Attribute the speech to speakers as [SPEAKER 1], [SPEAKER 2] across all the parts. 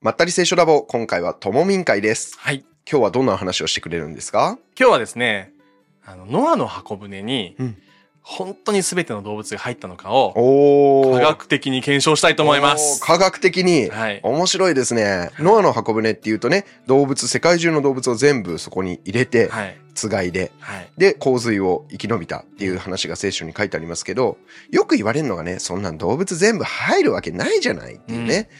[SPEAKER 1] まったり聖書ラボ、今回はともみん会です。
[SPEAKER 2] はい。
[SPEAKER 1] 今日はどんな話をしてくれるんですか
[SPEAKER 2] 今日はですね、あの、ノアの箱舟に、
[SPEAKER 1] うん
[SPEAKER 2] 本当に全ての動物が入ったのかを、
[SPEAKER 1] お
[SPEAKER 2] 科学的に検証したいと思います
[SPEAKER 1] おー。科学的に。
[SPEAKER 2] はい。
[SPEAKER 1] 面白いですね。ノアの箱舟っていうとね、動物、世界中の動物を全部そこに入れて、
[SPEAKER 2] はい。
[SPEAKER 1] つがいで、
[SPEAKER 2] はい。
[SPEAKER 1] で、洪水を生き延びたっていう話が聖書に書いてありますけど、よく言われるのがね、そんなん動物全部入るわけないじゃないっていうね。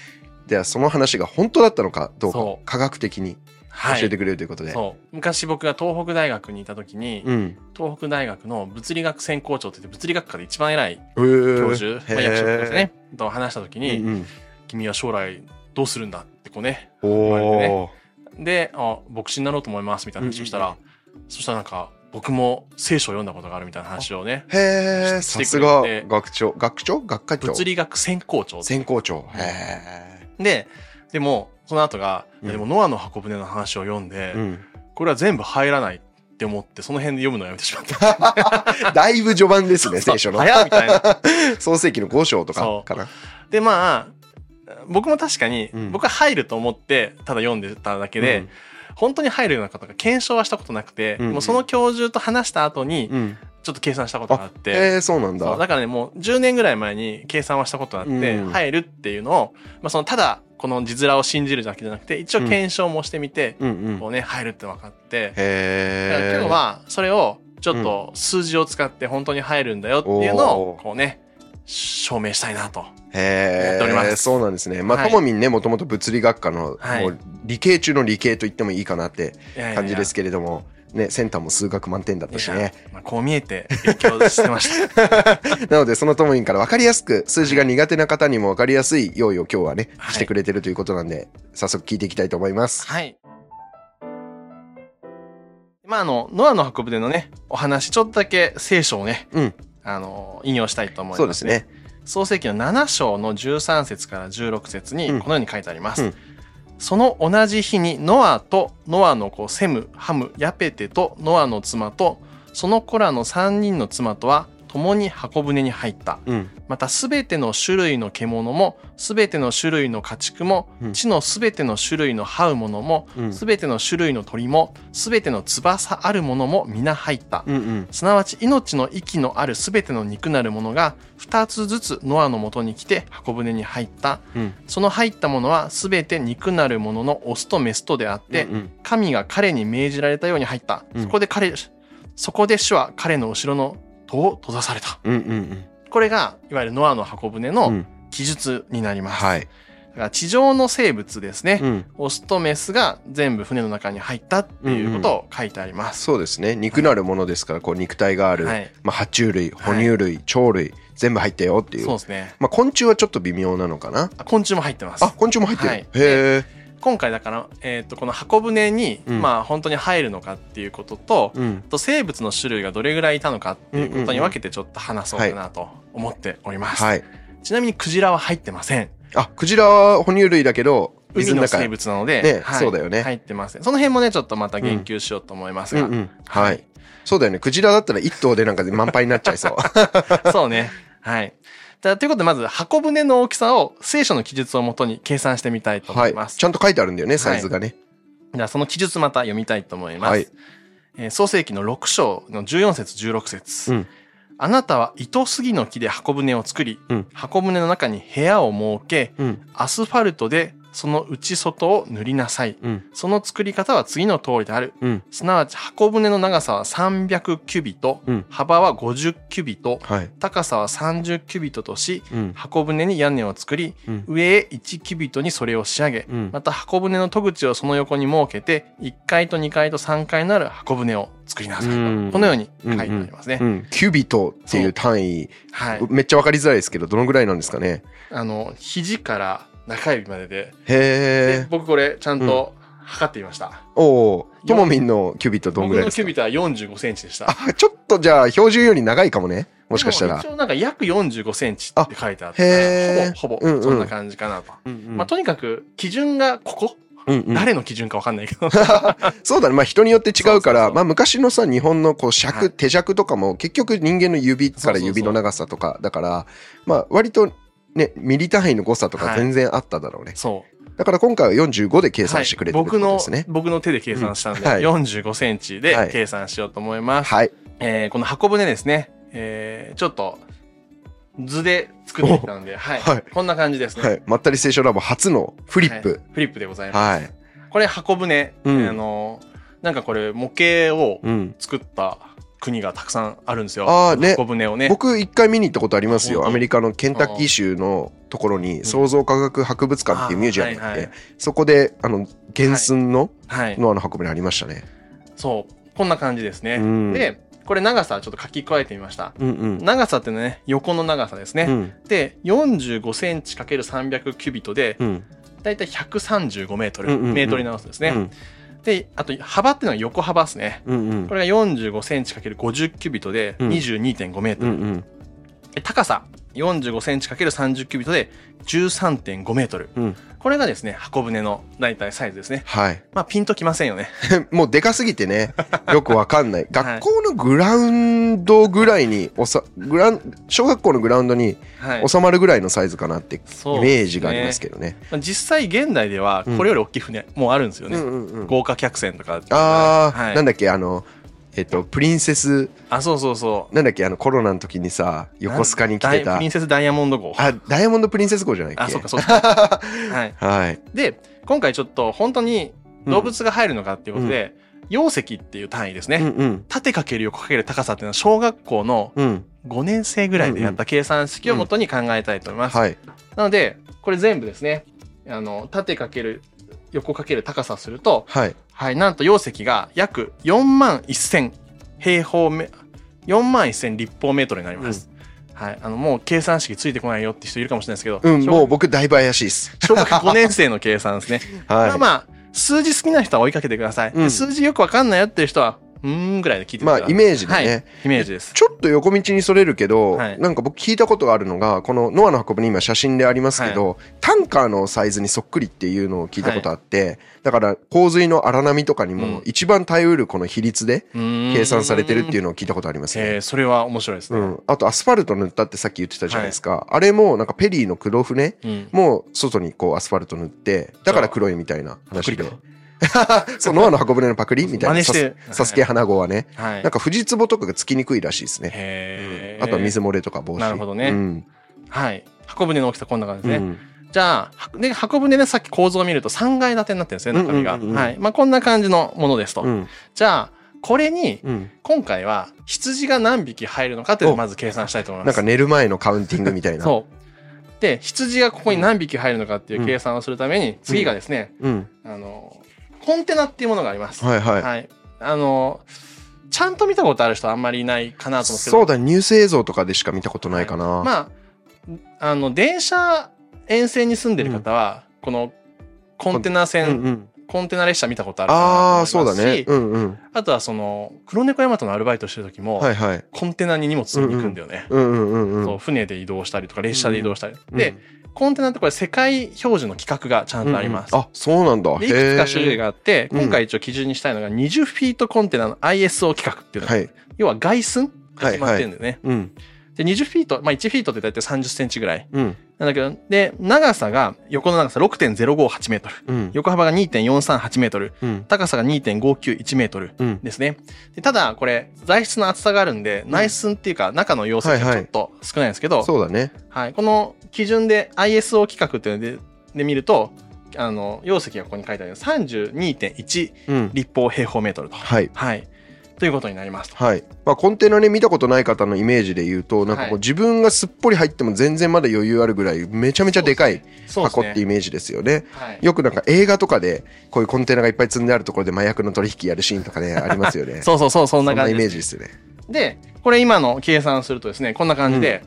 [SPEAKER 1] では、その話が本当だったのかどうか
[SPEAKER 2] そ、
[SPEAKER 1] 科学的に
[SPEAKER 2] は
[SPEAKER 1] 教えて
[SPEAKER 2] い。
[SPEAKER 1] くれるということで。
[SPEAKER 2] そう。昔僕が東北大学にいた時に、
[SPEAKER 1] うん。
[SPEAKER 2] 東北大学の物理学専攻長って言って、物理学科で一番偉い
[SPEAKER 1] えー
[SPEAKER 2] 教授、まあ役職ですね、と話した時
[SPEAKER 1] へ
[SPEAKER 2] に、
[SPEAKER 1] ーうんうん
[SPEAKER 2] 君は将来どうするんだってこうね、
[SPEAKER 1] お
[SPEAKER 2] 言われて
[SPEAKER 1] ー
[SPEAKER 2] で、あ、牧師になろうと思いますみたいな話をした
[SPEAKER 1] う
[SPEAKER 2] ら、
[SPEAKER 1] ん
[SPEAKER 2] そしたらなんか、僕も聖書を読んだことがあるみたいな話をね、
[SPEAKER 1] へえ、
[SPEAKER 2] し
[SPEAKER 1] さ
[SPEAKER 2] て
[SPEAKER 1] す
[SPEAKER 2] くれ
[SPEAKER 1] が
[SPEAKER 2] て
[SPEAKER 1] 学長、学長学科長
[SPEAKER 2] 物理学専攻長
[SPEAKER 1] 専攻長。へ
[SPEAKER 2] で、でも、その後が、
[SPEAKER 1] うん
[SPEAKER 2] でもノアの箱舟の話を読んで、
[SPEAKER 1] え。うん。
[SPEAKER 2] これは全部入らないって思って、その辺で読むのをやめてしまった。
[SPEAKER 1] だいぶ序盤 です ね、聖書の。
[SPEAKER 2] 早っみたいな。
[SPEAKER 1] 創世記の5章とか
[SPEAKER 2] そう
[SPEAKER 1] かな。
[SPEAKER 2] で、まあ、僕も確かに、
[SPEAKER 1] うん
[SPEAKER 2] 僕は入ると思って、ただ読んでただけで、本当に入るようなことが検証はしたことなくて、
[SPEAKER 1] うんうん
[SPEAKER 2] もうその教授と話した後に
[SPEAKER 1] う、ん。うん。
[SPEAKER 2] ちょっと計算したことがあって、
[SPEAKER 1] へえ、そうなん
[SPEAKER 2] そう
[SPEAKER 1] だ。
[SPEAKER 2] だからねもう10年ぐらい前に計算はしたことがあって、
[SPEAKER 1] うん
[SPEAKER 2] 入るっていうのを、まあ、そのただこの字面を信じるだけじゃなくて一応検証もしてみて、
[SPEAKER 1] うんうん。
[SPEAKER 2] こ
[SPEAKER 1] へ
[SPEAKER 2] うね入るって分かって、だから
[SPEAKER 1] え。
[SPEAKER 2] 今日はそれをちょっと数字を使って本当に入るんだよっていうの
[SPEAKER 1] お
[SPEAKER 2] を
[SPEAKER 1] ー
[SPEAKER 2] こうね証明したいなとや
[SPEAKER 1] へ
[SPEAKER 2] っておりま
[SPEAKER 1] え、
[SPEAKER 2] す
[SPEAKER 1] そうなんですね。まあ、
[SPEAKER 2] は
[SPEAKER 1] と
[SPEAKER 2] い
[SPEAKER 1] もみんね、もともと物理学科の、
[SPEAKER 2] はい
[SPEAKER 1] もう理系中の理系と言ってもいいかなって感じです
[SPEAKER 2] け
[SPEAKER 1] けれども、ね、センターも数学満点だったしね。
[SPEAKER 2] まあ、こう見えて勉強してました
[SPEAKER 1] なので、そのともみんから分かりやすく、数字が苦手な方にも分かりやすい用意を今日はね、
[SPEAKER 2] はい
[SPEAKER 1] してくれてるということなんで、早速聞いていきたいと思います。
[SPEAKER 2] はいまああのノアの箱舟のねお話ちょっとだけ聖書をね
[SPEAKER 1] うん、
[SPEAKER 2] あの引用したいと思います、
[SPEAKER 1] そうですね。
[SPEAKER 2] 創世記の7章の13節から16節にこのように書いてあります、
[SPEAKER 1] うん
[SPEAKER 2] その同じ日にノアとノアの子セムハムヤペテとノアの妻とその子らの3人の妻とは共に箱舟に入った
[SPEAKER 1] うん、
[SPEAKER 2] またすべての種類の獣もすべての種類の家畜も
[SPEAKER 1] うん
[SPEAKER 2] 地のすべての種類の這うものも
[SPEAKER 1] うん、
[SPEAKER 2] すべての種類の鳥もすべての翼あるものも皆入った
[SPEAKER 1] うん、うん、
[SPEAKER 2] すなわち命の息のあるすべての肉なるものが2つずつノアのもとに来て箱舟に入った
[SPEAKER 1] うん、
[SPEAKER 2] その入ったものはすべて肉なるもののオスとメスとであって、
[SPEAKER 1] うん、
[SPEAKER 2] 神が彼に命じられたように入った、
[SPEAKER 1] うん
[SPEAKER 2] そこで彼そこで主は彼の後ろの戸を閉ざされた
[SPEAKER 1] うん、うん、
[SPEAKER 2] これがいわゆるノアの箱舟
[SPEAKER 1] う
[SPEAKER 2] の
[SPEAKER 1] ん、
[SPEAKER 2] 記述になります、
[SPEAKER 1] はい、
[SPEAKER 2] だから地上の生物ですね、
[SPEAKER 1] うん、
[SPEAKER 2] オスとメスが全部船の中に入ったっていうことを書いてあります、
[SPEAKER 1] そうですね。肉なるものですから、こう肉体がある、
[SPEAKER 2] はい
[SPEAKER 1] まあ、爬虫類、哺乳類、鳥類、全部入ったよっていう。
[SPEAKER 2] そうですね
[SPEAKER 1] まあ、昆虫はちょっと微妙なのかな。
[SPEAKER 2] あ昆虫も入ってます
[SPEAKER 1] あ、昆虫も入ってる。
[SPEAKER 2] はい
[SPEAKER 1] へえ。
[SPEAKER 2] 今回だから、えー、とこの箱舟に、
[SPEAKER 1] うん
[SPEAKER 2] まあ本当に入るのかっていうことと、
[SPEAKER 1] うん
[SPEAKER 2] あ、と生物の種類がどれぐらいいたのかっていうことに分けてちょっと話そうかなと思っております、
[SPEAKER 1] はい。
[SPEAKER 2] ちなみにクジラは入ってません
[SPEAKER 1] あ、クジラは哺乳類だけど、
[SPEAKER 2] 海
[SPEAKER 1] 水の
[SPEAKER 2] の
[SPEAKER 1] 中。
[SPEAKER 2] 生物なので、
[SPEAKER 1] ね
[SPEAKER 2] はい
[SPEAKER 1] そうだよね
[SPEAKER 2] 入ってませんその辺もねちょっとまた言及しようと思います
[SPEAKER 1] うん
[SPEAKER 2] が、
[SPEAKER 1] うん。はい。そうだよね。クジラだったら一頭でなんか満杯になっちゃいそう。
[SPEAKER 2] そうねはいじゃあということでまず箱舟の大きさを聖書の記述をもとに計算してみたいと思
[SPEAKER 1] はいい。
[SPEAKER 2] ます、
[SPEAKER 1] ちゃんと書いてあるんだよね、サイズがね。
[SPEAKER 2] じゃあその記述また読みたいと思います。
[SPEAKER 1] はい
[SPEAKER 2] えー創世記の6章の14節16節、
[SPEAKER 1] うん
[SPEAKER 2] あなたは糸杉の木で箱舟を作り、
[SPEAKER 1] うん
[SPEAKER 2] 箱舟の中に部屋を設け、
[SPEAKER 1] うん。
[SPEAKER 2] アスファルトでその内外を塗りなさい。
[SPEAKER 1] うん。
[SPEAKER 2] その作り方は次の通りである。
[SPEAKER 1] うん。
[SPEAKER 2] すなわち箱舟の長さは300キュビト、
[SPEAKER 1] うん
[SPEAKER 2] 幅は50キュビト、
[SPEAKER 1] はい。
[SPEAKER 2] 高さは30キュビトとし、
[SPEAKER 1] うん。
[SPEAKER 2] 箱舟に屋根を作り、
[SPEAKER 1] うん。
[SPEAKER 2] 上へ1キュビトにそれを仕上げ、
[SPEAKER 1] うん
[SPEAKER 2] また箱舟の戸口をその横に設けて1階と2階と3階のある箱舟を作りなさいと
[SPEAKER 1] うん
[SPEAKER 2] このように書いてありますね、
[SPEAKER 1] うん、キュビトっていう単位、
[SPEAKER 2] はい
[SPEAKER 1] めっちゃわかりづらいですけど、どのぐらいなんですかね。
[SPEAKER 2] あの肘から中指まででで
[SPEAKER 1] へえ。
[SPEAKER 2] 僕これちゃんと測ってみました、
[SPEAKER 1] おお、ともみんのキュビトどんぐ
[SPEAKER 2] 僕
[SPEAKER 1] らい
[SPEAKER 2] の
[SPEAKER 1] です
[SPEAKER 2] キュ
[SPEAKER 1] か
[SPEAKER 2] ビタは4 5ンチでした
[SPEAKER 1] あ、ちょっとじゃあ、標準より長いかもね。もしかしたら
[SPEAKER 2] でも。一応なんか約4 5ンチって書いてあった
[SPEAKER 1] あへー
[SPEAKER 2] ほぼほ
[SPEAKER 1] うんうん
[SPEAKER 2] ぼそんな感じかなと、
[SPEAKER 1] うん
[SPEAKER 2] まあ、とにかく基準がここ、
[SPEAKER 1] うんうん
[SPEAKER 2] 誰の基準かわかんないけど
[SPEAKER 1] そうだね。まあ人によって違うか
[SPEAKER 2] そうそう
[SPEAKER 1] ら、
[SPEAKER 2] そう
[SPEAKER 1] まあ昔のさ、日本のこう
[SPEAKER 2] は
[SPEAKER 1] 尺、
[SPEAKER 2] い
[SPEAKER 1] 手尺とかも結局人間の指から
[SPEAKER 2] そうそうそう
[SPEAKER 1] 指の長さとかだから、まあ割とね、ミリ単位の誤差と
[SPEAKER 2] は
[SPEAKER 1] か
[SPEAKER 2] い
[SPEAKER 1] 全然あっただろうね。
[SPEAKER 2] そう
[SPEAKER 1] だから今回は45で計算してくれてるって
[SPEAKER 2] 僕
[SPEAKER 1] こと
[SPEAKER 2] の
[SPEAKER 1] ですね。
[SPEAKER 2] 僕の手で計算したん
[SPEAKER 1] うんは
[SPEAKER 2] で、
[SPEAKER 1] い
[SPEAKER 2] 四十45センチ
[SPEAKER 1] は
[SPEAKER 2] で
[SPEAKER 1] い
[SPEAKER 2] 計算しようと思います。
[SPEAKER 1] はい。
[SPEAKER 2] えーこの箱舟ですね、えーちょっと図で作ってきたんで、はい
[SPEAKER 1] はい
[SPEAKER 2] こんな感じですね。
[SPEAKER 1] はい。まったり聖書ラボ初のフリッ
[SPEAKER 2] はい
[SPEAKER 1] プ。
[SPEAKER 2] フリップでございます。
[SPEAKER 1] はい。
[SPEAKER 2] これ箱舟、
[SPEAKER 1] うん
[SPEAKER 2] あのなんかこれ模型を
[SPEAKER 1] うん。
[SPEAKER 2] 作った国がたくさんあるんですよ。
[SPEAKER 1] ああね。
[SPEAKER 2] 箱舟をね。
[SPEAKER 1] 僕一回見に行ったことあります
[SPEAKER 2] 本
[SPEAKER 1] よ。
[SPEAKER 2] 当
[SPEAKER 1] アメリカのケンタッキー州のところに創造科学博物館っていうミュージアムがあっ
[SPEAKER 2] あーはい
[SPEAKER 1] て
[SPEAKER 2] はい、
[SPEAKER 1] そこで、あの、原寸の
[SPEAKER 2] はい。
[SPEAKER 1] ノアの箱舟ありましたね。
[SPEAKER 2] そうこんな感じですね。
[SPEAKER 1] うん
[SPEAKER 2] でこれ長さちょっと書き加えてみました。
[SPEAKER 1] うんうん。
[SPEAKER 2] 長さっていうのはね横の長さですね。
[SPEAKER 1] うん
[SPEAKER 2] で45センチ ×300 キュビットで
[SPEAKER 1] うん
[SPEAKER 2] だいたい135メートル、
[SPEAKER 1] うんうんうん
[SPEAKER 2] メートルに直すんです
[SPEAKER 1] う
[SPEAKER 2] ね、
[SPEAKER 1] ん
[SPEAKER 2] であと幅っていうのは横幅ですね
[SPEAKER 1] うんうん
[SPEAKER 2] これが45センチ ×50 キュビットで
[SPEAKER 1] うん
[SPEAKER 2] 22.5メート
[SPEAKER 1] う
[SPEAKER 2] ル、
[SPEAKER 1] んうん
[SPEAKER 2] で高さ45センチ ×30 キュビットで13.5メートル
[SPEAKER 1] うん
[SPEAKER 2] これがですね箱舟のだいたいサイズですね
[SPEAKER 1] はい。
[SPEAKER 2] まあピンときませんよね
[SPEAKER 1] もうでかすぎて ね、よくわかんない。学校のグラウンドぐらいにおさ、グラン、小学校のグラウンドに
[SPEAKER 2] はい
[SPEAKER 1] 収まるぐらいのサイズかなってイ
[SPEAKER 2] そう
[SPEAKER 1] メージがありますけどね。
[SPEAKER 2] まあ実際現代ではこれより大きい船もあるんですよね、
[SPEAKER 1] うんうんうん
[SPEAKER 2] 豪華客船とか
[SPEAKER 1] ああ、
[SPEAKER 2] はい
[SPEAKER 1] なんだっけあのえっとプリンセス
[SPEAKER 2] あそうそうそう
[SPEAKER 1] なんだっけあのコロナの時にさ横須賀に来て
[SPEAKER 2] ダイ
[SPEAKER 1] た
[SPEAKER 2] プリンセスダイヤモンド号
[SPEAKER 1] あダイヤモンドプリンセス号じゃないっけ
[SPEAKER 2] あ、そうか、そうか。 はい。
[SPEAKER 1] はい
[SPEAKER 2] で、今回ちょっと本当に動物が入るのかっていうことで、容積っていう単位ですね。
[SPEAKER 1] うんうん
[SPEAKER 2] 縦かける横かける高さっていうのは小学校の
[SPEAKER 1] うん
[SPEAKER 2] 5年生ぐらいでやった計算式をもとに考えたいと思います。
[SPEAKER 1] はい
[SPEAKER 2] なので、これ全部ですね、あの、縦かける横かける高さすると、
[SPEAKER 1] はい
[SPEAKER 2] はい、なんと容積が約4万1000平方メ、4万1000立方メートルになります。はい、あのもう計算式ついてこないよって人いるかもしれないですけど、
[SPEAKER 1] うん
[SPEAKER 2] 小
[SPEAKER 1] もう僕だいぶ怪しいっす
[SPEAKER 2] 小学5年生の計算ですね。まあ
[SPEAKER 1] は
[SPEAKER 2] まあ、数字好きな人は追いかけてください。で
[SPEAKER 1] うん
[SPEAKER 2] 数字よくわかんないよっていう人は、うーんぐらいで聞いて
[SPEAKER 1] い
[SPEAKER 2] くだ
[SPEAKER 1] ま
[SPEAKER 2] さ
[SPEAKER 1] あ
[SPEAKER 2] い。
[SPEAKER 1] イメージで
[SPEAKER 2] は
[SPEAKER 1] ね、
[SPEAKER 2] い、イメージです。
[SPEAKER 1] ちょっと横道にそれるけど、
[SPEAKER 2] はい
[SPEAKER 1] なんか僕聞いたことがあるのがこの「ノアの箱舟」今写真でありますけど、タンカーのサイズにそっくりっていうのを聞いたことあって、だから洪水の荒波とかに
[SPEAKER 2] うん
[SPEAKER 1] も一番耐えうるこの比率で計
[SPEAKER 2] 計
[SPEAKER 1] 算されてるっていう
[SPEAKER 2] う
[SPEAKER 1] のを聞いたことあります
[SPEAKER 2] ーん。
[SPEAKER 1] ね。
[SPEAKER 2] えーそれは面白いです
[SPEAKER 1] う
[SPEAKER 2] ね。
[SPEAKER 1] ん、あとアスファルト塗ったってさっき言ってたじゃないですか、あれもなんかペリーの黒船
[SPEAKER 2] うん
[SPEAKER 1] も外にこうアスファルト塗ってだから黒いみたいな
[SPEAKER 2] パク
[SPEAKER 1] 話
[SPEAKER 2] リ
[SPEAKER 1] で
[SPEAKER 2] と。
[SPEAKER 1] そうノアの箱舟のパクリみたい
[SPEAKER 2] 真
[SPEAKER 1] な
[SPEAKER 2] 似し
[SPEAKER 1] サス
[SPEAKER 2] て
[SPEAKER 1] サスケ花子はね、
[SPEAKER 2] はい。
[SPEAKER 1] なんか藤壺とかがつきにくいらしいですね、
[SPEAKER 2] へ
[SPEAKER 1] うんあとは水漏れとか防止
[SPEAKER 2] なるほどね
[SPEAKER 1] うん
[SPEAKER 2] はい。箱舟の大きさこんな感じ
[SPEAKER 1] う
[SPEAKER 2] ですね。
[SPEAKER 1] ん
[SPEAKER 2] じゃあ、はで、箱舟ね、さっき構造を見ると3階建てになってるんですね、中身が。
[SPEAKER 1] うんうんうんうん
[SPEAKER 2] はい。まあ、こんな感じのものですと。
[SPEAKER 1] うん
[SPEAKER 2] じゃあ、これに、
[SPEAKER 1] うん
[SPEAKER 2] 今回は羊が何匹入るのかっていうのをまず計算したいと思
[SPEAKER 1] な
[SPEAKER 2] いま
[SPEAKER 1] ん
[SPEAKER 2] す
[SPEAKER 1] か。寝る前のカウンティングみたいな
[SPEAKER 2] そう。で、羊がここに何匹入るのかっていう計算をするために、次がですね、
[SPEAKER 1] うん、
[SPEAKER 2] あの、コンテナっていうものがあります。
[SPEAKER 1] はいはい、
[SPEAKER 2] あの、ちゃんと見たことある人はあんまりいないかなと思うんですけど。
[SPEAKER 1] そうだニュース映像とかでしか見たことないかな、
[SPEAKER 2] まあ、あの、電車沿線に住んでる方は、このコンテナ
[SPEAKER 1] うん
[SPEAKER 2] 船、
[SPEAKER 1] うん、
[SPEAKER 2] コンテナ列車見たことあるかなと思い
[SPEAKER 1] ああ
[SPEAKER 2] ま
[SPEAKER 1] ー
[SPEAKER 2] すし
[SPEAKER 1] そうだねうんうん
[SPEAKER 2] あとはその、黒猫ヤマトのアルバイトしてる時も、
[SPEAKER 1] はいはい
[SPEAKER 2] コンテナに荷物積みに行くんだよね。
[SPEAKER 1] うんうんうんうん
[SPEAKER 2] そう船で移動したりとか列車で移動したり、
[SPEAKER 1] うん
[SPEAKER 2] でコンテナってこれ世界標準の規格がちゃんとあります、
[SPEAKER 1] うんうんあそうなんだ
[SPEAKER 2] でいくつか種類があって
[SPEAKER 1] うん
[SPEAKER 2] 今回一応基準にしたいのが20フィートコンテナの ISO 規格っていうのが、
[SPEAKER 1] はい
[SPEAKER 2] 要は外寸が決まってるんだよね、
[SPEAKER 1] うん
[SPEAKER 2] で20フィート、まあ、1フィートって大体3 0ンチぐらい
[SPEAKER 1] うん
[SPEAKER 2] なんだけどで長さが横の長さ6.058メートル
[SPEAKER 1] うん
[SPEAKER 2] 横幅が2.438メートル
[SPEAKER 1] うん
[SPEAKER 2] 高さが2.591メートル
[SPEAKER 1] うん
[SPEAKER 2] ですねでただこれ材質の厚さがあるんで内寸っていうか中の容積がちょっと少ないんですけど、
[SPEAKER 1] そうだね
[SPEAKER 2] はい、この基準で ISO 規格っていうのでで見るとあの容積がここに書いてある32.1
[SPEAKER 1] うん
[SPEAKER 2] 立方平方メートルと。
[SPEAKER 1] はい
[SPEAKER 2] はい、ということになりますと。
[SPEAKER 1] はいまあコンテナね見たことない方のイメージで言うとなんかこ
[SPEAKER 2] は
[SPEAKER 1] う
[SPEAKER 2] い
[SPEAKER 1] 自分がすっぽり入っても全然まだ余裕あるぐらいめちゃめちゃでかい
[SPEAKER 2] そうです
[SPEAKER 1] 箱
[SPEAKER 2] ね
[SPEAKER 1] ってイメージですよね
[SPEAKER 2] はい、
[SPEAKER 1] よくなんか映画とかでこういうコンテナがいっぱい積んであるところで麻薬の取引やるシーンとかねありますよね
[SPEAKER 2] そうそうそうそん
[SPEAKER 1] そ
[SPEAKER 2] なん
[SPEAKER 1] な
[SPEAKER 2] 感
[SPEAKER 1] イ
[SPEAKER 2] じ
[SPEAKER 1] メー
[SPEAKER 2] で
[SPEAKER 1] ジですよね
[SPEAKER 2] でこれ今の計算するとですねこんな感じで、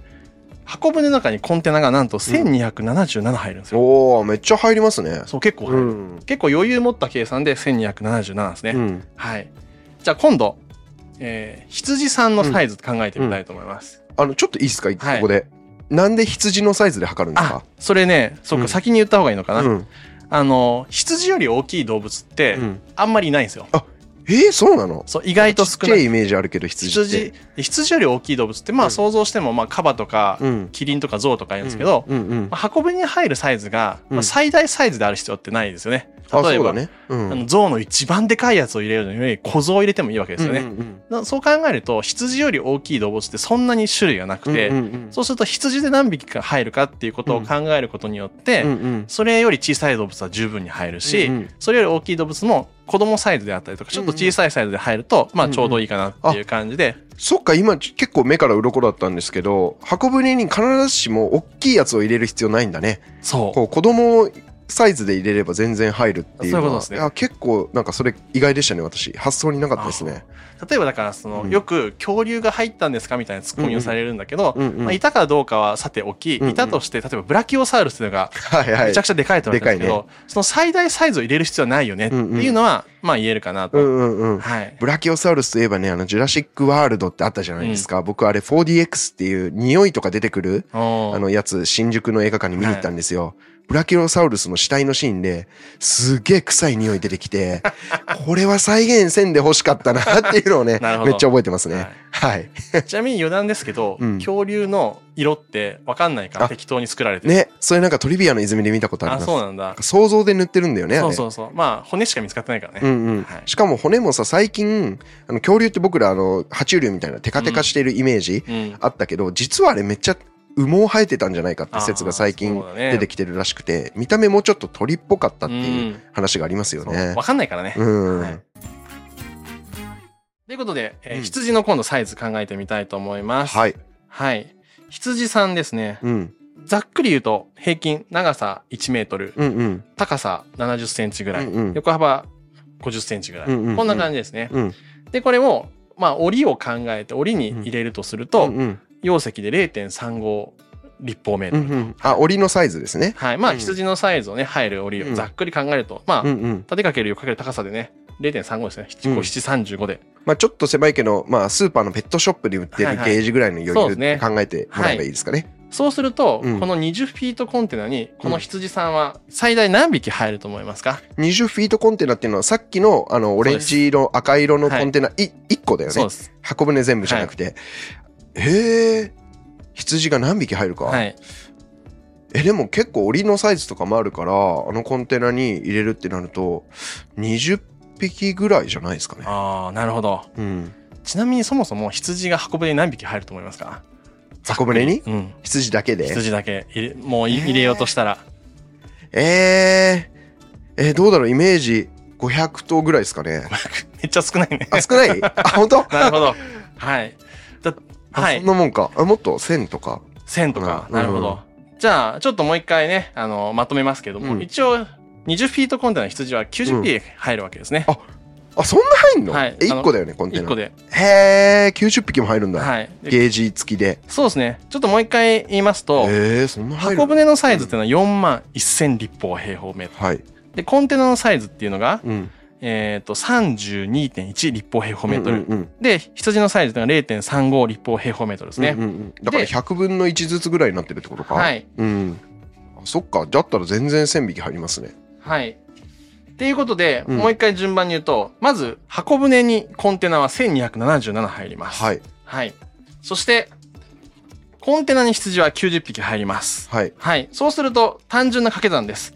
[SPEAKER 2] 箱舟の中にコンテナがなんと1277入るんですよ。
[SPEAKER 1] おおめっちゃ入りますね
[SPEAKER 2] そう結構入
[SPEAKER 1] う
[SPEAKER 2] る、
[SPEAKER 1] ん
[SPEAKER 2] 結構余裕持った計算で1277ですね。
[SPEAKER 1] うん
[SPEAKER 2] はい、じゃあ今度、えー羊さんのサイズ考えてみたいと思います。
[SPEAKER 1] あのちょっといいですかこ
[SPEAKER 2] はい
[SPEAKER 1] こでなんで羊のサイズで測るんです
[SPEAKER 2] あ
[SPEAKER 1] か
[SPEAKER 2] それねそうか、
[SPEAKER 1] うん
[SPEAKER 2] 先に言った方がいいのかな、
[SPEAKER 1] うん
[SPEAKER 2] あの羊より大きい動物って
[SPEAKER 1] うん
[SPEAKER 2] あんまりいないんですよ、
[SPEAKER 1] えー、そうなの
[SPEAKER 2] そう意外と
[SPEAKER 1] ちっ
[SPEAKER 2] 少
[SPEAKER 1] ち
[SPEAKER 2] な
[SPEAKER 1] ゃい
[SPEAKER 2] い
[SPEAKER 1] イメージあるけど羊って
[SPEAKER 2] 羊羊より大きい動物ってま
[SPEAKER 1] う
[SPEAKER 2] あ
[SPEAKER 1] ん
[SPEAKER 2] 想像してもまあカバとか
[SPEAKER 1] うん
[SPEAKER 2] キリンとかゾウとか言うんですけど、
[SPEAKER 1] うんうん
[SPEAKER 2] まあ、箱舟に入るサイズが、
[SPEAKER 1] うん
[SPEAKER 2] まあ、最大サイズである必要ってないですよね。
[SPEAKER 1] あ
[SPEAKER 2] 例え
[SPEAKER 1] そう
[SPEAKER 2] ば
[SPEAKER 1] だねう
[SPEAKER 2] あ
[SPEAKER 1] ん
[SPEAKER 2] の象の一番でかいやつを入れるのに小僧を入れてもいいわけですよね。
[SPEAKER 1] うんうん
[SPEAKER 2] なそう考えると羊より大きい動物ってそんなに種類がな
[SPEAKER 1] う
[SPEAKER 2] く
[SPEAKER 1] ん
[SPEAKER 2] て、
[SPEAKER 1] うんうん
[SPEAKER 2] そうすると羊で何匹か入るかっていうことを考えることによって、
[SPEAKER 1] うんうん
[SPEAKER 2] それより小さい動物は十分に入るし、
[SPEAKER 1] うんうん
[SPEAKER 2] それより大きい動物も子供サイズであったりとかちょっと小さいサイズで入ると、まあちょうどいいかなっていう感じで、
[SPEAKER 1] そっか今ち結構目から鱗だったんですけど箱舟に必ずしも大きいやつを入れる必要ないんだね
[SPEAKER 2] そう
[SPEAKER 1] こう子供サイズで入れれば全然入るっていうのは
[SPEAKER 2] そういうことですね
[SPEAKER 1] や結構なんかそれ意外でしたね私発想になかったですね
[SPEAKER 2] 例えばだからその、
[SPEAKER 1] うん
[SPEAKER 2] よく恐竜が入ったんですかみたいなツッコミをされるんだけど、
[SPEAKER 1] うんうん
[SPEAKER 2] まあ、いたかどうかはさておき、
[SPEAKER 1] うんうん
[SPEAKER 2] いたとして例えばブラキオサウルスというのが
[SPEAKER 1] はいはい
[SPEAKER 2] めちゃくちゃでかいと思うんですけ
[SPEAKER 1] で
[SPEAKER 2] ど、
[SPEAKER 1] かい
[SPEAKER 2] その最大サイズを入れる必要はないよねっていうのは、まあ言えるかなと。
[SPEAKER 1] うんうんうん
[SPEAKER 2] はい、
[SPEAKER 1] ブラキオサウルスといえばねあのジュラシック・ワールドってあったじゃないですか、僕あれ 4DX っていう匂いとか出てくる
[SPEAKER 2] おー
[SPEAKER 1] あのやつ新宿の映画館に見に行ったんですよ、ブラキオサウルスの死体のシーンですげえ臭い匂い出てきて これは再現せんで欲しかったなっていうのをね
[SPEAKER 2] なるほど
[SPEAKER 1] めっちゃ覚えてます
[SPEAKER 2] は
[SPEAKER 1] ね
[SPEAKER 2] い
[SPEAKER 1] はい、
[SPEAKER 2] ちなみに余談ですけど、
[SPEAKER 1] うん
[SPEAKER 2] 恐竜の色って分かんないから
[SPEAKER 1] あ
[SPEAKER 2] 適当に作られてる、
[SPEAKER 1] ねそれなんかトリビアの泉で見たことあり
[SPEAKER 2] あ
[SPEAKER 1] ます
[SPEAKER 2] そうなんだ
[SPEAKER 1] 想像で塗ってるんだよねあれ
[SPEAKER 2] そうそうそうまあ骨しか見つかってないからね、
[SPEAKER 1] うんうん
[SPEAKER 2] はい
[SPEAKER 1] しかも骨もさ最近あの恐竜って僕らあの爬虫類みたいなテカテカしてるイメージ
[SPEAKER 2] うん
[SPEAKER 1] あったけど、実はあれめっちゃ羽毛生えてたんじゃないかって説が最
[SPEAKER 2] あー
[SPEAKER 1] 近
[SPEAKER 2] そうだね
[SPEAKER 1] 出てきてるらしくて、見た目もちょっと鳥っぽかったっていう
[SPEAKER 2] うん
[SPEAKER 1] 話がありますよ
[SPEAKER 2] そう
[SPEAKER 1] ね
[SPEAKER 2] 分。かんないからね、
[SPEAKER 1] うん、
[SPEAKER 2] はいということで、えー
[SPEAKER 1] うん
[SPEAKER 2] 羊の今度サイズ考えてみたいと思います。
[SPEAKER 1] はい、
[SPEAKER 2] はい。羊さんですね。
[SPEAKER 1] うん、
[SPEAKER 2] ざっくり言うと、平均長さ1メートル、
[SPEAKER 1] うんうん
[SPEAKER 2] 高さ70センチぐらい、
[SPEAKER 1] うんうん
[SPEAKER 2] 横幅50センチぐらい、
[SPEAKER 1] うんうんうん
[SPEAKER 2] こんな感じですね。
[SPEAKER 1] うん
[SPEAKER 2] で、これを、まあ、檻を考えて、檻に入れるとすると、
[SPEAKER 1] うんうん
[SPEAKER 2] 容積で0.35立方メー
[SPEAKER 1] う
[SPEAKER 2] トル。
[SPEAKER 1] んうんあ檻のサイズですね。
[SPEAKER 2] はい。まあ、
[SPEAKER 1] うん
[SPEAKER 2] 羊のサイズをね、入る檻
[SPEAKER 1] う
[SPEAKER 2] を
[SPEAKER 1] ん
[SPEAKER 2] ざっくり考えると、まあ、
[SPEAKER 1] うんうん
[SPEAKER 2] 縦かける横かける高さでね、0.35ですね。
[SPEAKER 1] うん
[SPEAKER 2] 735で。
[SPEAKER 1] まあ、ちょっと狭いけど、まあ、スーパーのペットショップで売ってる
[SPEAKER 2] は
[SPEAKER 1] ゲ
[SPEAKER 2] いはい
[SPEAKER 1] ージぐらいの余
[SPEAKER 2] そう
[SPEAKER 1] 裕
[SPEAKER 2] で
[SPEAKER 1] っ
[SPEAKER 2] すね
[SPEAKER 1] て考えてもらえばいいですかね。
[SPEAKER 2] そうすると、
[SPEAKER 1] うん
[SPEAKER 2] この20フィートコンテナにこの羊さんは最大何匹入ると思いますか、
[SPEAKER 1] 20フィートコンテナっていうのはさっきのあのオレンジ色赤色のコンテナ、い、1個だよ
[SPEAKER 2] そう
[SPEAKER 1] ね
[SPEAKER 2] です。
[SPEAKER 1] 箱舟全部じゃなくて、へえ羊が何匹入るか、
[SPEAKER 2] はい。
[SPEAKER 1] えでも結構檻のサイズとかもあるからあのコンテナに入れるってなると20匹ぐらいじゃないですかね。
[SPEAKER 2] ああ、なるほど。
[SPEAKER 1] うん、
[SPEAKER 2] ちなみにそもそも羊が箱舟に何匹入ると思いますか
[SPEAKER 1] 箱舟に
[SPEAKER 2] うん。
[SPEAKER 1] 羊だけで
[SPEAKER 2] 羊だけ入れ、もうい
[SPEAKER 1] えー
[SPEAKER 2] 入れようとしたら。
[SPEAKER 1] えー、えーどうだろうイメージ500頭ぐらいですかね。
[SPEAKER 2] めっちゃ少ない ね。
[SPEAKER 1] あ少ない あ本当
[SPEAKER 2] なるほど。はい。だ
[SPEAKER 1] あ
[SPEAKER 2] は
[SPEAKER 1] そ
[SPEAKER 2] い
[SPEAKER 1] ん。なもんかあもっと1000とか。
[SPEAKER 2] 1000とか。
[SPEAKER 1] うん
[SPEAKER 2] なるほど。じゃあ、ちょっともう一回ね、あの、まとめますけども、
[SPEAKER 1] うん
[SPEAKER 2] 一応、20フィートコンテナの羊は90匹入るわけですね。
[SPEAKER 1] ああそんな入んの、
[SPEAKER 2] はい
[SPEAKER 1] え
[SPEAKER 2] あの
[SPEAKER 1] 1個だよねコンテ
[SPEAKER 2] 1
[SPEAKER 1] ナ
[SPEAKER 2] 個。で。
[SPEAKER 1] へえ90匹も入るんだ、
[SPEAKER 2] はい。で
[SPEAKER 1] ゲージ付きで
[SPEAKER 2] そうですね。ちょっともう一回言いますと、
[SPEAKER 1] えー、そんな入る
[SPEAKER 2] 箱舟のサイズっていうのは4万1000立方平方メート
[SPEAKER 1] はい、
[SPEAKER 2] ル。で、コンテナのサイズっていうのが、
[SPEAKER 1] うん、
[SPEAKER 2] えっ、と、32.1立方平方メートル。
[SPEAKER 1] うんうんうん
[SPEAKER 2] で、羊のサイズっていうのは0.35立方平方メートルです
[SPEAKER 1] う
[SPEAKER 2] ね。
[SPEAKER 1] んうんうんだから
[SPEAKER 2] で
[SPEAKER 1] 100分の1ずつぐらいになってるってことか
[SPEAKER 2] はい、
[SPEAKER 1] うん、あそっかだったら全然1000匹入りますね
[SPEAKER 2] はい。っていうことで、
[SPEAKER 1] うん
[SPEAKER 2] もう一回順番に言うと、まず、箱舟にコンテナは1277入ります。
[SPEAKER 1] はい
[SPEAKER 2] はい。そして、コンテナに羊は90匹入ります。
[SPEAKER 1] はい
[SPEAKER 2] はい。そうすると、単純な掛け算です。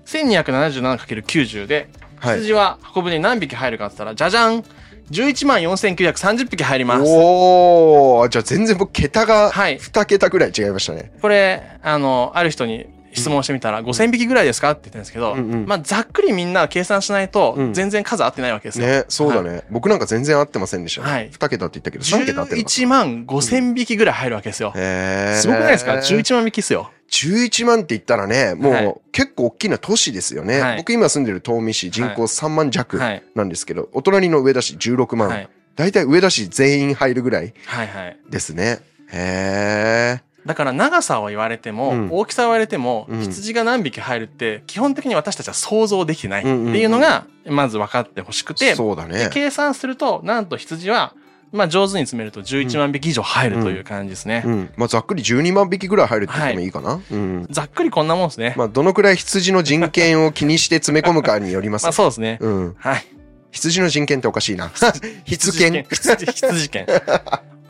[SPEAKER 2] 1277×90 で、
[SPEAKER 1] はい
[SPEAKER 2] 羊は箱舟に何匹入るかって言ったら、じゃじゃん !11 万4930匹入ります。
[SPEAKER 1] おおじゃあ全然僕桁が
[SPEAKER 2] はい
[SPEAKER 1] 2桁ぐらい違いましたね、
[SPEAKER 2] これ、あの、ある人に質問してみたら、5000匹ぐらいですかって言ったんですけど、
[SPEAKER 1] うんうん
[SPEAKER 2] まあ、ざっくりみんな計算しないと
[SPEAKER 1] う、ん
[SPEAKER 2] 全然数合ってないわけですよ。
[SPEAKER 1] ねそうだね、僕なんか全然合ってませんでしたね、
[SPEAKER 2] はい
[SPEAKER 1] 2桁って言ったけど3桁合ってなかった
[SPEAKER 2] 11万5000匹ぐらい入るわけですよ。
[SPEAKER 1] へー
[SPEAKER 2] すごくないですか ?11 万匹ですよ。
[SPEAKER 1] 11万って言ったらねも
[SPEAKER 2] はいう
[SPEAKER 1] 結構大きな都市ですよね、
[SPEAKER 2] はい
[SPEAKER 1] 僕今住んでる東美市人口3万弱
[SPEAKER 2] はい
[SPEAKER 1] なんですけど、お隣の上田市16万、
[SPEAKER 2] はい。
[SPEAKER 1] 大体上田市全員入るぐらい
[SPEAKER 2] はいはい。
[SPEAKER 1] ですねへえ
[SPEAKER 2] だから長さを言われても、
[SPEAKER 1] うん
[SPEAKER 2] 大きさを言われても、
[SPEAKER 1] うん
[SPEAKER 2] 羊が何匹入るって基本的に私たちは想像できてな
[SPEAKER 1] う
[SPEAKER 2] いって
[SPEAKER 1] んうんうん
[SPEAKER 2] いうのがまず分かってほしくて、
[SPEAKER 1] そうだね
[SPEAKER 2] 計算するとなんと羊は、まあ、上手に詰めると11万匹以上入るという感じですね。
[SPEAKER 1] うんまあ、ざっくり12万匹ぐらい入るって言ってもいいかな、うん
[SPEAKER 2] ざっくりこんなもんですね。ま
[SPEAKER 1] まあ、どのくらい羊の人権を気にして詰め込むかによりま
[SPEAKER 2] あ、
[SPEAKER 1] すね、
[SPEAKER 2] そうですね。
[SPEAKER 1] うん
[SPEAKER 2] はい。
[SPEAKER 1] 羊の人権っておかしい な。 羊権。
[SPEAKER 2] 羊 羊犬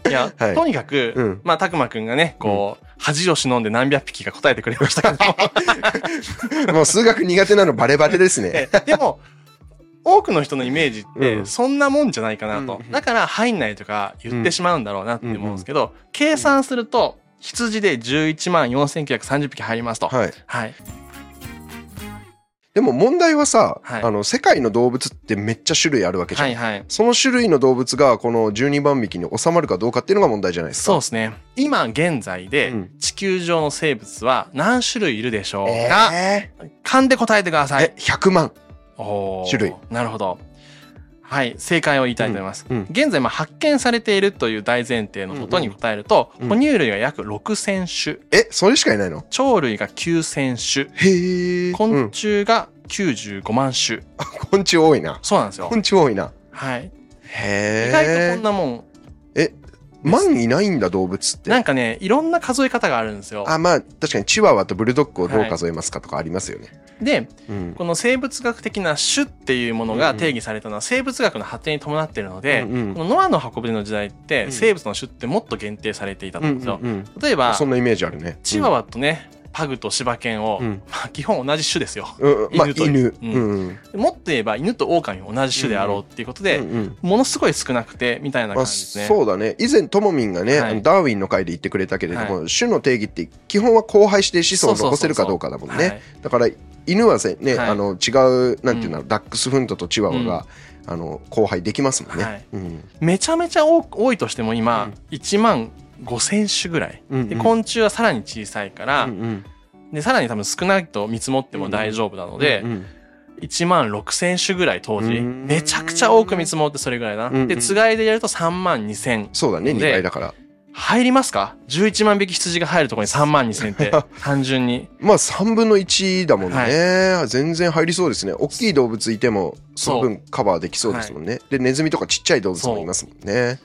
[SPEAKER 2] いや、
[SPEAKER 1] はい
[SPEAKER 2] とにかく、
[SPEAKER 1] うん
[SPEAKER 2] まあ拓磨くんがねこう、恥を忍んで何百匹か答えてくれましたけど
[SPEAKER 1] もう数学苦手なのバレバレですね。
[SPEAKER 2] えでも多くの人のイメージって
[SPEAKER 1] うん
[SPEAKER 2] そんなもんじゃないかなと、
[SPEAKER 1] うん
[SPEAKER 2] だから入んないとか言ってしまうんだろうなって思うんですけど、計算すると羊で11万4930匹入りますと。
[SPEAKER 1] はい。
[SPEAKER 2] はい、
[SPEAKER 1] でも問題はさ、
[SPEAKER 2] はい
[SPEAKER 1] あの世界の動物ってめっちゃ種類あるわけじゃん。
[SPEAKER 2] はい、はい
[SPEAKER 1] その種類の動物がこの12番引きに収まるかどうかっていうのが問題じゃないです
[SPEAKER 2] そう
[SPEAKER 1] か。
[SPEAKER 2] ですね今現在で
[SPEAKER 1] うん
[SPEAKER 2] 地球上の生物は何種類いるでしょう
[SPEAKER 1] え
[SPEAKER 2] か、
[SPEAKER 1] え
[SPEAKER 2] 勘で答えてください
[SPEAKER 1] え、100万。
[SPEAKER 2] おー
[SPEAKER 1] 種類
[SPEAKER 2] なるほどはい正解を言いたいと思います、
[SPEAKER 1] うんうん
[SPEAKER 2] 現在まあ発見されているという大前提のことに答えると、
[SPEAKER 1] うんうん
[SPEAKER 2] 哺乳類が約6000種
[SPEAKER 1] え、それしかいないの
[SPEAKER 2] 鳥類が9000種
[SPEAKER 1] へえ。
[SPEAKER 2] 昆
[SPEAKER 1] ん、
[SPEAKER 2] 虫が95万種、
[SPEAKER 1] 昆虫多いな。
[SPEAKER 2] そうなんですよ
[SPEAKER 1] 昆虫多いな。
[SPEAKER 2] はい意外と
[SPEAKER 1] へ
[SPEAKER 2] こん
[SPEAKER 1] え。
[SPEAKER 2] なもん
[SPEAKER 1] 万いないんだ動物って。
[SPEAKER 2] なんかねいろんな数え方があるんですよ
[SPEAKER 1] あ、まあ確かにチワワとブルドッグをどう数えますかとかありますよね。
[SPEAKER 2] で
[SPEAKER 1] うん。
[SPEAKER 2] この生物学的な種っていうものが定義されたのは生物学の発展に伴っているので、
[SPEAKER 1] うんうん
[SPEAKER 2] このノアの箱舟の時代っ
[SPEAKER 1] う
[SPEAKER 2] て
[SPEAKER 1] ん
[SPEAKER 2] 生物の種ってもっと限定されていたと
[SPEAKER 1] う
[SPEAKER 2] 思うん
[SPEAKER 1] ん
[SPEAKER 2] です
[SPEAKER 1] う
[SPEAKER 2] よ。
[SPEAKER 1] ん
[SPEAKER 2] 例え
[SPEAKER 1] うん、
[SPEAKER 2] ば
[SPEAKER 1] そんなイメージあるね。
[SPEAKER 2] チワワとね、パグと柴犬を、
[SPEAKER 1] うん
[SPEAKER 2] まあ基本同じ種ですよ。
[SPEAKER 1] うん、うんまあ
[SPEAKER 2] 犬と
[SPEAKER 1] 犬。
[SPEAKER 2] う
[SPEAKER 1] うんんうん
[SPEAKER 2] もっと言えば犬と狼も同じ種であろうっていうことで、
[SPEAKER 1] うん
[SPEAKER 2] ものすごい少なくてみたいな
[SPEAKER 1] ま
[SPEAKER 2] 感
[SPEAKER 1] あ、
[SPEAKER 2] じですね。
[SPEAKER 1] そうだね以前ともみんがね、
[SPEAKER 2] はい
[SPEAKER 1] あのダーウィンの回で言ってくれたけれども、種の定義って基本は交配して子孫を残せるかどうかだもんね
[SPEAKER 2] はい
[SPEAKER 1] だから犬はせね、
[SPEAKER 2] はい
[SPEAKER 1] あの違うなんていうの、ダックスフントとチワワが、あの交配できますもんね、
[SPEAKER 2] はい
[SPEAKER 1] うん
[SPEAKER 2] めちゃめちゃ多多いとしても今、
[SPEAKER 1] うん
[SPEAKER 2] 1万5,000種ぐらい。
[SPEAKER 1] うんうん
[SPEAKER 2] で昆虫はさらに小さいから、
[SPEAKER 1] うんうん
[SPEAKER 2] でさらに多分少ないと見積もっても大丈夫なので、
[SPEAKER 1] うんうん
[SPEAKER 2] 1万6,000種ぐらい当時
[SPEAKER 1] うん
[SPEAKER 2] めちゃくちゃ多く見積もってそれぐらいだな、
[SPEAKER 1] うん
[SPEAKER 2] でつがいでやると3万2,000
[SPEAKER 1] そうだね
[SPEAKER 2] で
[SPEAKER 1] 2倍だから
[SPEAKER 2] 入りますか11万匹羊が入るところに3万2,000って 単純に
[SPEAKER 1] まあ3分の1だもんね、全然入りそうですね大きい動物いてもその分カバーできそうですもんね、でネズミとかちっちゃい動物もいますもんね、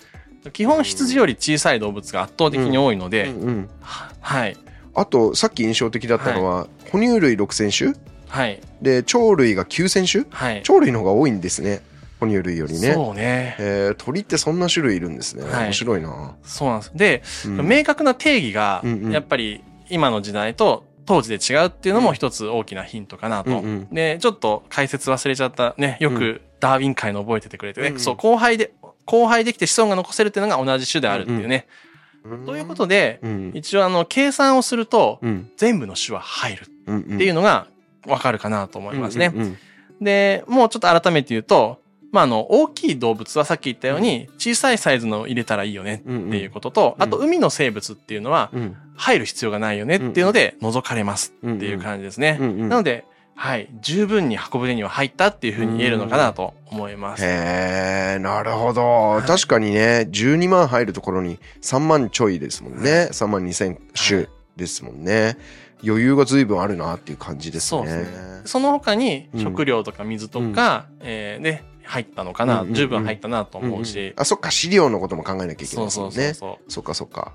[SPEAKER 2] 基本羊より小さい動物が圧倒的に多いので、
[SPEAKER 1] うんうん、
[SPEAKER 2] はい
[SPEAKER 1] あとさっき印象的だったのは、哺乳類6000種
[SPEAKER 2] はい
[SPEAKER 1] で鳥類が9000種
[SPEAKER 2] はい、
[SPEAKER 1] 鳥類の方が多いんですね哺乳類よりね、
[SPEAKER 2] そうね
[SPEAKER 1] えー鳥ってそんな種類いるんですね、
[SPEAKER 2] はい
[SPEAKER 1] 面白いな、
[SPEAKER 2] そうなんですで、
[SPEAKER 1] うん
[SPEAKER 2] 明確な定義が
[SPEAKER 1] うんうん
[SPEAKER 2] やっぱり今の時代と当時で違うっていうのも一つ大きなヒントかなと、
[SPEAKER 1] うんうん
[SPEAKER 2] でちょっと解説忘れちゃったねよ
[SPEAKER 1] う
[SPEAKER 2] くダーウィン界の覚えててくれてね、
[SPEAKER 1] うんうん
[SPEAKER 2] そう後輩で後輩できて子孫が残せるっていうのが同じ種であるっていうね、
[SPEAKER 1] うん
[SPEAKER 2] ということで、
[SPEAKER 1] うん
[SPEAKER 2] 一応あの計算をすると
[SPEAKER 1] うん
[SPEAKER 2] 全部の種は入る
[SPEAKER 1] うんうん
[SPEAKER 2] っていう
[SPEAKER 1] う
[SPEAKER 2] のがわかるかなと思いますね。
[SPEAKER 1] んうんうん
[SPEAKER 2] で、もうちょっと改めて言うと、まあ、あの、大きい動物はさっき言ったように、小さいサイズのを入れたらいいよねっていうことと、
[SPEAKER 1] うん
[SPEAKER 2] あと、海の生物っていうのは、
[SPEAKER 1] うん
[SPEAKER 2] 入る必要がないよねっていうので、除かれますっていう感じですね。
[SPEAKER 1] うんうん
[SPEAKER 2] なので、はい、十分に箱舟には入ったっていうふうに言えるのかなと思います。
[SPEAKER 1] へえなるほど、確かにね12万入るところに3万ちょいですもんね、3万2000
[SPEAKER 2] は
[SPEAKER 1] 種
[SPEAKER 2] い
[SPEAKER 1] ですもんね余裕が随分あるなっていう感じです
[SPEAKER 2] そう
[SPEAKER 1] ね
[SPEAKER 2] ですね。その他に、
[SPEAKER 1] うん
[SPEAKER 2] 食料とか水とか、えーで、入ったのか
[SPEAKER 1] うん
[SPEAKER 2] な、
[SPEAKER 1] うんうん
[SPEAKER 2] 十分入ったなと思うし、
[SPEAKER 1] んんあそっか資料のことも考えなきゃいけない
[SPEAKER 2] そう
[SPEAKER 1] です
[SPEAKER 2] そ
[SPEAKER 1] もん
[SPEAKER 2] うそう
[SPEAKER 1] ね
[SPEAKER 2] そう。
[SPEAKER 1] そっかそっか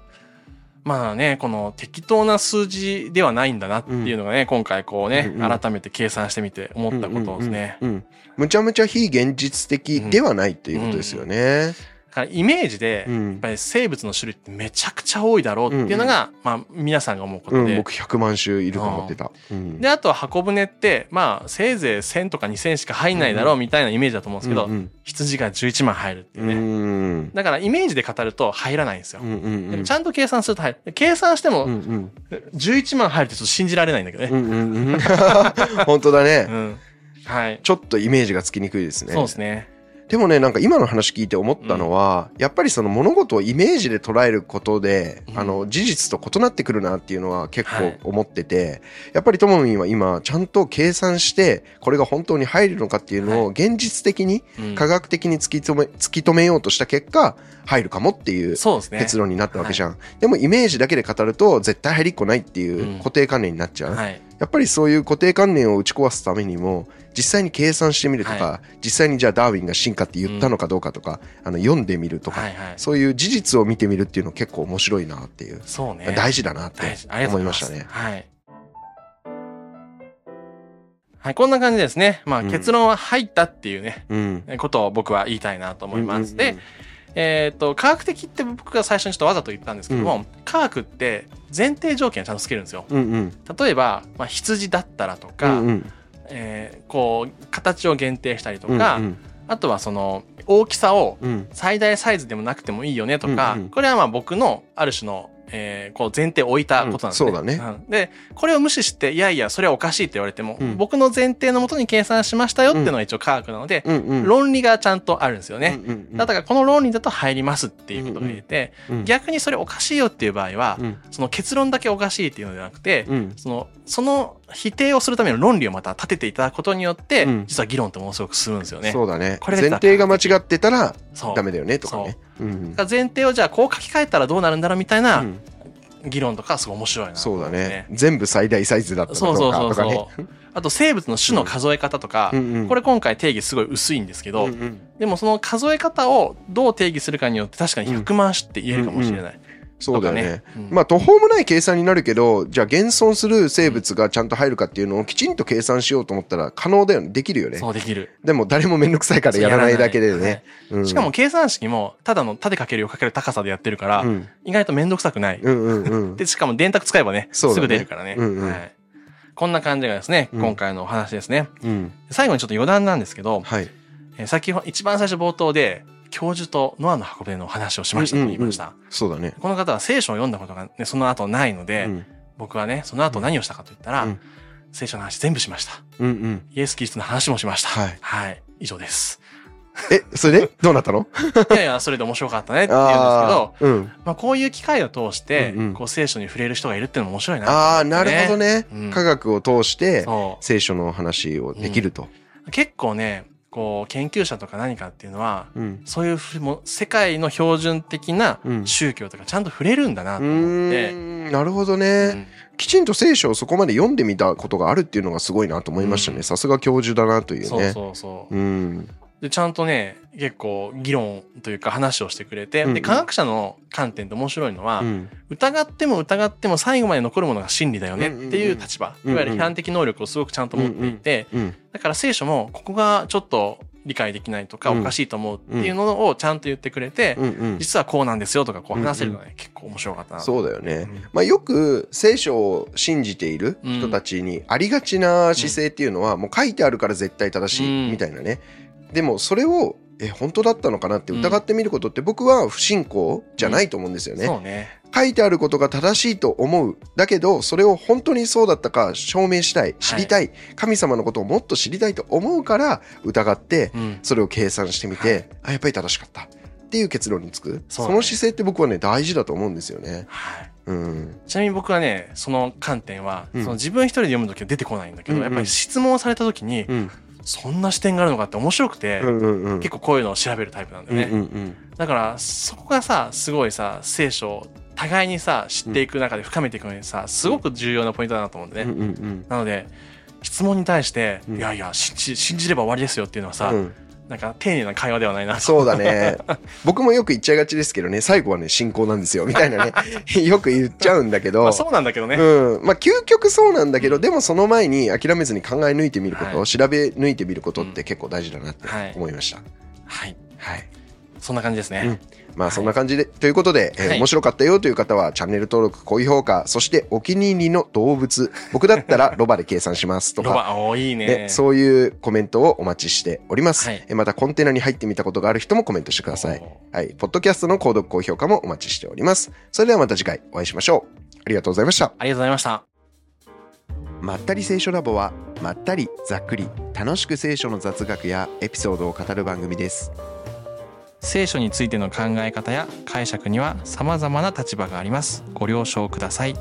[SPEAKER 2] まあね、この適当な数字ではないんだなっていうのがね、今回こうね、
[SPEAKER 1] うんうん
[SPEAKER 2] 改めて計算してみて思ったことですね。
[SPEAKER 1] うんうんうんうんむちゃむちゃ非現実的ではないっていうことですよね。
[SPEAKER 2] だからイメージで、
[SPEAKER 1] う
[SPEAKER 2] やっ
[SPEAKER 1] ん
[SPEAKER 2] ぱり生物の種類ってめちゃくちゃ多いだろうっていうのが、まあ皆さんが思うこ
[SPEAKER 1] う
[SPEAKER 2] と
[SPEAKER 1] ん、
[SPEAKER 2] で。
[SPEAKER 1] 僕100万種いると思ってた。うん
[SPEAKER 2] で、あとは箱舟って、まあせいぜい1000とか2000しか入んないだろうみたいなイメージだと思うんですけど、
[SPEAKER 1] うん
[SPEAKER 2] 羊が11万入るってい
[SPEAKER 1] う
[SPEAKER 2] う
[SPEAKER 1] ん
[SPEAKER 2] ね。
[SPEAKER 1] うん
[SPEAKER 2] だからイメージで語ると入らないんですよ。
[SPEAKER 1] うんうん
[SPEAKER 2] でもちゃんと計算すると入る。計算して
[SPEAKER 1] うん
[SPEAKER 2] も
[SPEAKER 1] うん
[SPEAKER 2] 11万入るってちょっと信じられないんだけど
[SPEAKER 1] う
[SPEAKER 2] ね。
[SPEAKER 1] んうんうん 本当だ
[SPEAKER 2] う
[SPEAKER 1] ね。
[SPEAKER 2] ん。はい。
[SPEAKER 1] ちょっとイメージがつきにくいですね。
[SPEAKER 2] そうですね。
[SPEAKER 1] でもね、なんか今の話聞いて思ったのは、やっぱりその物事をイメージで捉えることで、
[SPEAKER 2] うん
[SPEAKER 1] あの、事実と異なってくるなっていうのは結
[SPEAKER 2] は
[SPEAKER 1] 構
[SPEAKER 2] い
[SPEAKER 1] 思ってて、やっぱりともみんは今、ちゃんと計算して、これが本当に入るのかっていうのを現実的に、
[SPEAKER 2] うん
[SPEAKER 1] 科学的に突き止め、突き止めようとした結果、入るかもっていう
[SPEAKER 2] そうですね。
[SPEAKER 1] 結論になったわけじゃん。でもイメージだけで語ると、絶対入りっこないってい
[SPEAKER 2] うん
[SPEAKER 1] う固定観念になっちゃう。
[SPEAKER 2] はい。
[SPEAKER 1] やっぱりそういう固定観念を打ち壊すためにも実際に計算してみるとか、
[SPEAKER 2] は
[SPEAKER 1] 実際にじゃあダーウィンが進化って言ったのかどうかとか、あの読んでみるとか、
[SPEAKER 2] はいはい。
[SPEAKER 1] そういう事実を見てみるっていうの結構面白いなっていう、
[SPEAKER 2] そうね。
[SPEAKER 1] 大事だなって
[SPEAKER 2] 大事ありがとう
[SPEAKER 1] 思い
[SPEAKER 2] ご
[SPEAKER 1] まし
[SPEAKER 2] ざいます
[SPEAKER 1] たね。
[SPEAKER 2] はい。はい、こんな感じですね。まあ、
[SPEAKER 1] うん
[SPEAKER 2] 結論は入ったっていうね、
[SPEAKER 1] うん。
[SPEAKER 2] ことを僕は言いたいなと思います。
[SPEAKER 1] うん
[SPEAKER 2] で、、えっと、科学的って僕が最初にちょっとわざと言ったんですけども、科学って前提条件ちゃんとつけるんですよ。
[SPEAKER 1] うんうん。
[SPEAKER 2] 例えば、まあ、羊だったらと
[SPEAKER 1] う
[SPEAKER 2] か、
[SPEAKER 1] んうん。
[SPEAKER 2] えーこう、形を限定したりと
[SPEAKER 1] うん
[SPEAKER 2] か、
[SPEAKER 1] うん
[SPEAKER 2] あとはその、大きさを
[SPEAKER 1] うん。
[SPEAKER 2] 最大サイズでもなくてもいいよねとか、
[SPEAKER 1] うんうん
[SPEAKER 2] これはまあ僕のある種の、えーこう前提を置いたことなんですね。
[SPEAKER 1] うんそうだね
[SPEAKER 2] んで、これを無視して、いやいや、それはおかしいって言われても、
[SPEAKER 1] うん
[SPEAKER 2] 僕の前提のもとに計算しましたよっていうのが一応科学なので、
[SPEAKER 1] うんうん。
[SPEAKER 2] 論理がちゃんとあるんですよ
[SPEAKER 1] う
[SPEAKER 2] ね。
[SPEAKER 1] んうんうん
[SPEAKER 2] だからこの論理だと入りますっていうことが言えて、
[SPEAKER 1] うん
[SPEAKER 2] 逆にそれおかしいよっていう場合は、
[SPEAKER 1] うん
[SPEAKER 2] その結論だけおかしいっていうのではなくて、
[SPEAKER 1] うん
[SPEAKER 2] その、その否定をするための論理をまた立てていただくことによって、
[SPEAKER 1] うん
[SPEAKER 2] 実は議論ってものすごく進むんですよね。
[SPEAKER 1] そうだね。
[SPEAKER 2] これ
[SPEAKER 1] 前
[SPEAKER 2] が
[SPEAKER 1] 提が間違ってたら
[SPEAKER 2] そう
[SPEAKER 1] ダメだよねとかね。うん
[SPEAKER 2] だから前提をじゃあこう書き換えたらどうなるんだろうみたいな
[SPEAKER 1] うん
[SPEAKER 2] 議論とかすごい面白いなと
[SPEAKER 1] そ
[SPEAKER 2] 思
[SPEAKER 1] う
[SPEAKER 2] っ
[SPEAKER 1] だ
[SPEAKER 2] て、
[SPEAKER 1] ね。全部最大サイズだった
[SPEAKER 2] そう
[SPEAKER 1] の
[SPEAKER 2] そ
[SPEAKER 1] と
[SPEAKER 2] うそ
[SPEAKER 1] か
[SPEAKER 2] う
[SPEAKER 1] とかね。
[SPEAKER 2] そうあと生物の種の数え方とか、
[SPEAKER 1] うんうん
[SPEAKER 2] これ今回定義すごい薄いんですけど、
[SPEAKER 1] うんうん
[SPEAKER 2] でもその数え方をどう定義するかによって確かに100万種って言えるかもしれない、
[SPEAKER 1] そうだよ
[SPEAKER 2] とか
[SPEAKER 1] ね。
[SPEAKER 2] うん
[SPEAKER 1] まあ途方もない計算になるけどじゃあ現存する生物がちゃんと入るかっていうのをきちんと計算しようと思ったら可能だよねできるよね
[SPEAKER 2] そうできる
[SPEAKER 1] でも誰も面倒くさいからやらないだけで
[SPEAKER 2] やらない
[SPEAKER 1] ね、うん
[SPEAKER 2] しかも計算式もただの縦かけるをかける高さでやってるから、
[SPEAKER 1] うん
[SPEAKER 2] 意外と面倒くさくない、
[SPEAKER 1] うんうんうん
[SPEAKER 2] でしかも電卓使えばね
[SPEAKER 1] そうだね
[SPEAKER 2] すぐ出るからね、
[SPEAKER 1] うんうん
[SPEAKER 2] はい、こんな感じがですね、
[SPEAKER 1] うん
[SPEAKER 2] 今回のお話ですね
[SPEAKER 1] うん
[SPEAKER 2] 最後にちょっと余談なんですけど、
[SPEAKER 1] はい
[SPEAKER 2] えー先ほど一番最初冒頭で教授とノアの箱舟のお話をしましたと言いまし
[SPEAKER 1] う
[SPEAKER 2] た、
[SPEAKER 1] んうんうんそうだね
[SPEAKER 2] この方は聖書を読んだことが、ね、その後ないので、
[SPEAKER 1] うん
[SPEAKER 2] 僕はねその後何をしたかと言ったら、
[SPEAKER 1] うん
[SPEAKER 2] 聖書の話全部しました
[SPEAKER 1] うんうん
[SPEAKER 2] イエス・キリストの話もしました
[SPEAKER 1] はい
[SPEAKER 2] 以上です
[SPEAKER 1] えそれでどうなった の
[SPEAKER 2] いやいやそれで面白かったねって言うんですけ
[SPEAKER 1] ああ
[SPEAKER 2] ど
[SPEAKER 1] うん
[SPEAKER 2] まあ、こういう機会を通して、
[SPEAKER 1] うんうん
[SPEAKER 2] こう聖書に触れる人がいるっていうのも面白いな
[SPEAKER 1] ああなるほどね
[SPEAKER 2] うん
[SPEAKER 1] 科学を通して
[SPEAKER 2] そ
[SPEAKER 1] 聖書の話をできると
[SPEAKER 2] う結構ねこう研究者とか何かっていうのは
[SPEAKER 1] うん
[SPEAKER 2] そういうふうもう世界の標準的な
[SPEAKER 1] うん
[SPEAKER 2] 宗教とかちゃんと触れるんだな
[SPEAKER 1] う
[SPEAKER 2] と思って、
[SPEAKER 1] ーんなるほどね、
[SPEAKER 2] うん
[SPEAKER 1] きちんと聖書をそこまで読んでみたことがあるっていうのがすごいなと思いましたね。
[SPEAKER 2] うん
[SPEAKER 1] さすが教授だなというね。
[SPEAKER 2] そうそうそ
[SPEAKER 1] う
[SPEAKER 2] う、
[SPEAKER 1] ん。
[SPEAKER 2] でちゃんとね結構議論というか話をしてくれて、
[SPEAKER 1] うんう
[SPEAKER 2] で
[SPEAKER 1] ん
[SPEAKER 2] 科学者の観点って面白いのは、
[SPEAKER 1] うん
[SPEAKER 2] 疑っても疑っても最後まで残るものが真理だよねっていう立場、
[SPEAKER 1] うんうんうん
[SPEAKER 2] いわゆる批判的能力をすごくちゃんと持っていて、
[SPEAKER 1] うん。
[SPEAKER 2] だから聖書もここがちょっと理解できないとか
[SPEAKER 1] うん
[SPEAKER 2] おかしいと思うっていうのをちゃんと言ってくれて、
[SPEAKER 1] うんうん。
[SPEAKER 2] 実はこうなんですよとかこう話せるのはね、結構面白かったなう
[SPEAKER 1] そうだよね。
[SPEAKER 2] ん
[SPEAKER 1] まあ、よく聖書を信じている人たちにありがちな姿勢っていうのはもう書いてあるから絶対正し
[SPEAKER 2] う
[SPEAKER 1] い
[SPEAKER 2] ん
[SPEAKER 1] みたいなね。でもそれをえ本当だったのかなって疑ってみることって僕は不信仰じゃないと思うんですよね。
[SPEAKER 2] そうね
[SPEAKER 1] 書いてあることが正しいと思う。だけど、それを本当にそうだったか証明したい、知りたい、神様のことをもっと知りたいと思うから疑って、
[SPEAKER 2] うん
[SPEAKER 1] それを計算してみて、あ、やっぱり正しかった。っていう結論につく。そ
[SPEAKER 2] そ
[SPEAKER 1] う
[SPEAKER 2] だね
[SPEAKER 1] の姿勢って僕はね、大事だと思うんですよね。
[SPEAKER 2] はい
[SPEAKER 1] うん。
[SPEAKER 2] ちなみに僕はねその観点は、
[SPEAKER 1] うん
[SPEAKER 2] その自分一人で読む時は出てこないんだけ
[SPEAKER 1] うん
[SPEAKER 2] ど、
[SPEAKER 1] うん
[SPEAKER 2] やっぱり質問された時に、
[SPEAKER 1] うん。
[SPEAKER 2] そんな視点があるのかって面白くて、
[SPEAKER 1] うんうんうん。
[SPEAKER 2] 結構こういうのを調べるタイプなんだ
[SPEAKER 1] う
[SPEAKER 2] よ
[SPEAKER 1] ん
[SPEAKER 2] ね、
[SPEAKER 1] うんうん。
[SPEAKER 2] だからそこがさすごいさ聖書を互いにさ知っていく中で深めていくのにさすごく重要なポイントだなと思うんで
[SPEAKER 1] うん
[SPEAKER 2] ね、
[SPEAKER 1] うんうん。
[SPEAKER 2] なので質問に対して、
[SPEAKER 1] うん
[SPEAKER 2] いやいや信じ信じれば終わりですよっていうのはさ、
[SPEAKER 1] うん
[SPEAKER 2] なんか丁寧な会話ではないな
[SPEAKER 1] そうだね。僕もよく言っちゃいがちですけどね、最後はね、信仰なんですよ、みたいなね、 よく言っちゃうんだけど。
[SPEAKER 2] まあ、そうなんだけどね、
[SPEAKER 1] うん、まあ究極そうなんだけど、でもその前に諦めずに考え抜いてみること、
[SPEAKER 2] はい
[SPEAKER 1] 調べ抜いてみることって結構大事だなって
[SPEAKER 2] はい
[SPEAKER 1] 思いました。
[SPEAKER 2] はい
[SPEAKER 1] はい。
[SPEAKER 2] そんな感じですね、
[SPEAKER 1] うんまあそんな感じで、ということで、えー
[SPEAKER 2] はい
[SPEAKER 1] 面白かったよという方はチャンネル登録、高評価、そしてお気に入りの動物、僕だった らロバで計算しますと
[SPEAKER 2] ロ
[SPEAKER 1] か。
[SPEAKER 2] バおーいいね
[SPEAKER 1] ね、そういうコメントをお待ちしております、
[SPEAKER 2] はい
[SPEAKER 1] えーまたコンテナに入ってみたことがある人もコメントしてください
[SPEAKER 2] おー。
[SPEAKER 1] はい。ポッドキャストの購読、高評価もお待ちしております。それではまた次回お会いしましょう。ありがとうございました。
[SPEAKER 2] ありがとうございました
[SPEAKER 1] まったり聖書ラボはまったりざっくり楽しく聖書の雑学やエピソードを語る番組です
[SPEAKER 2] 聖書についての考え方や解釈には様々な立場がありますご了承ください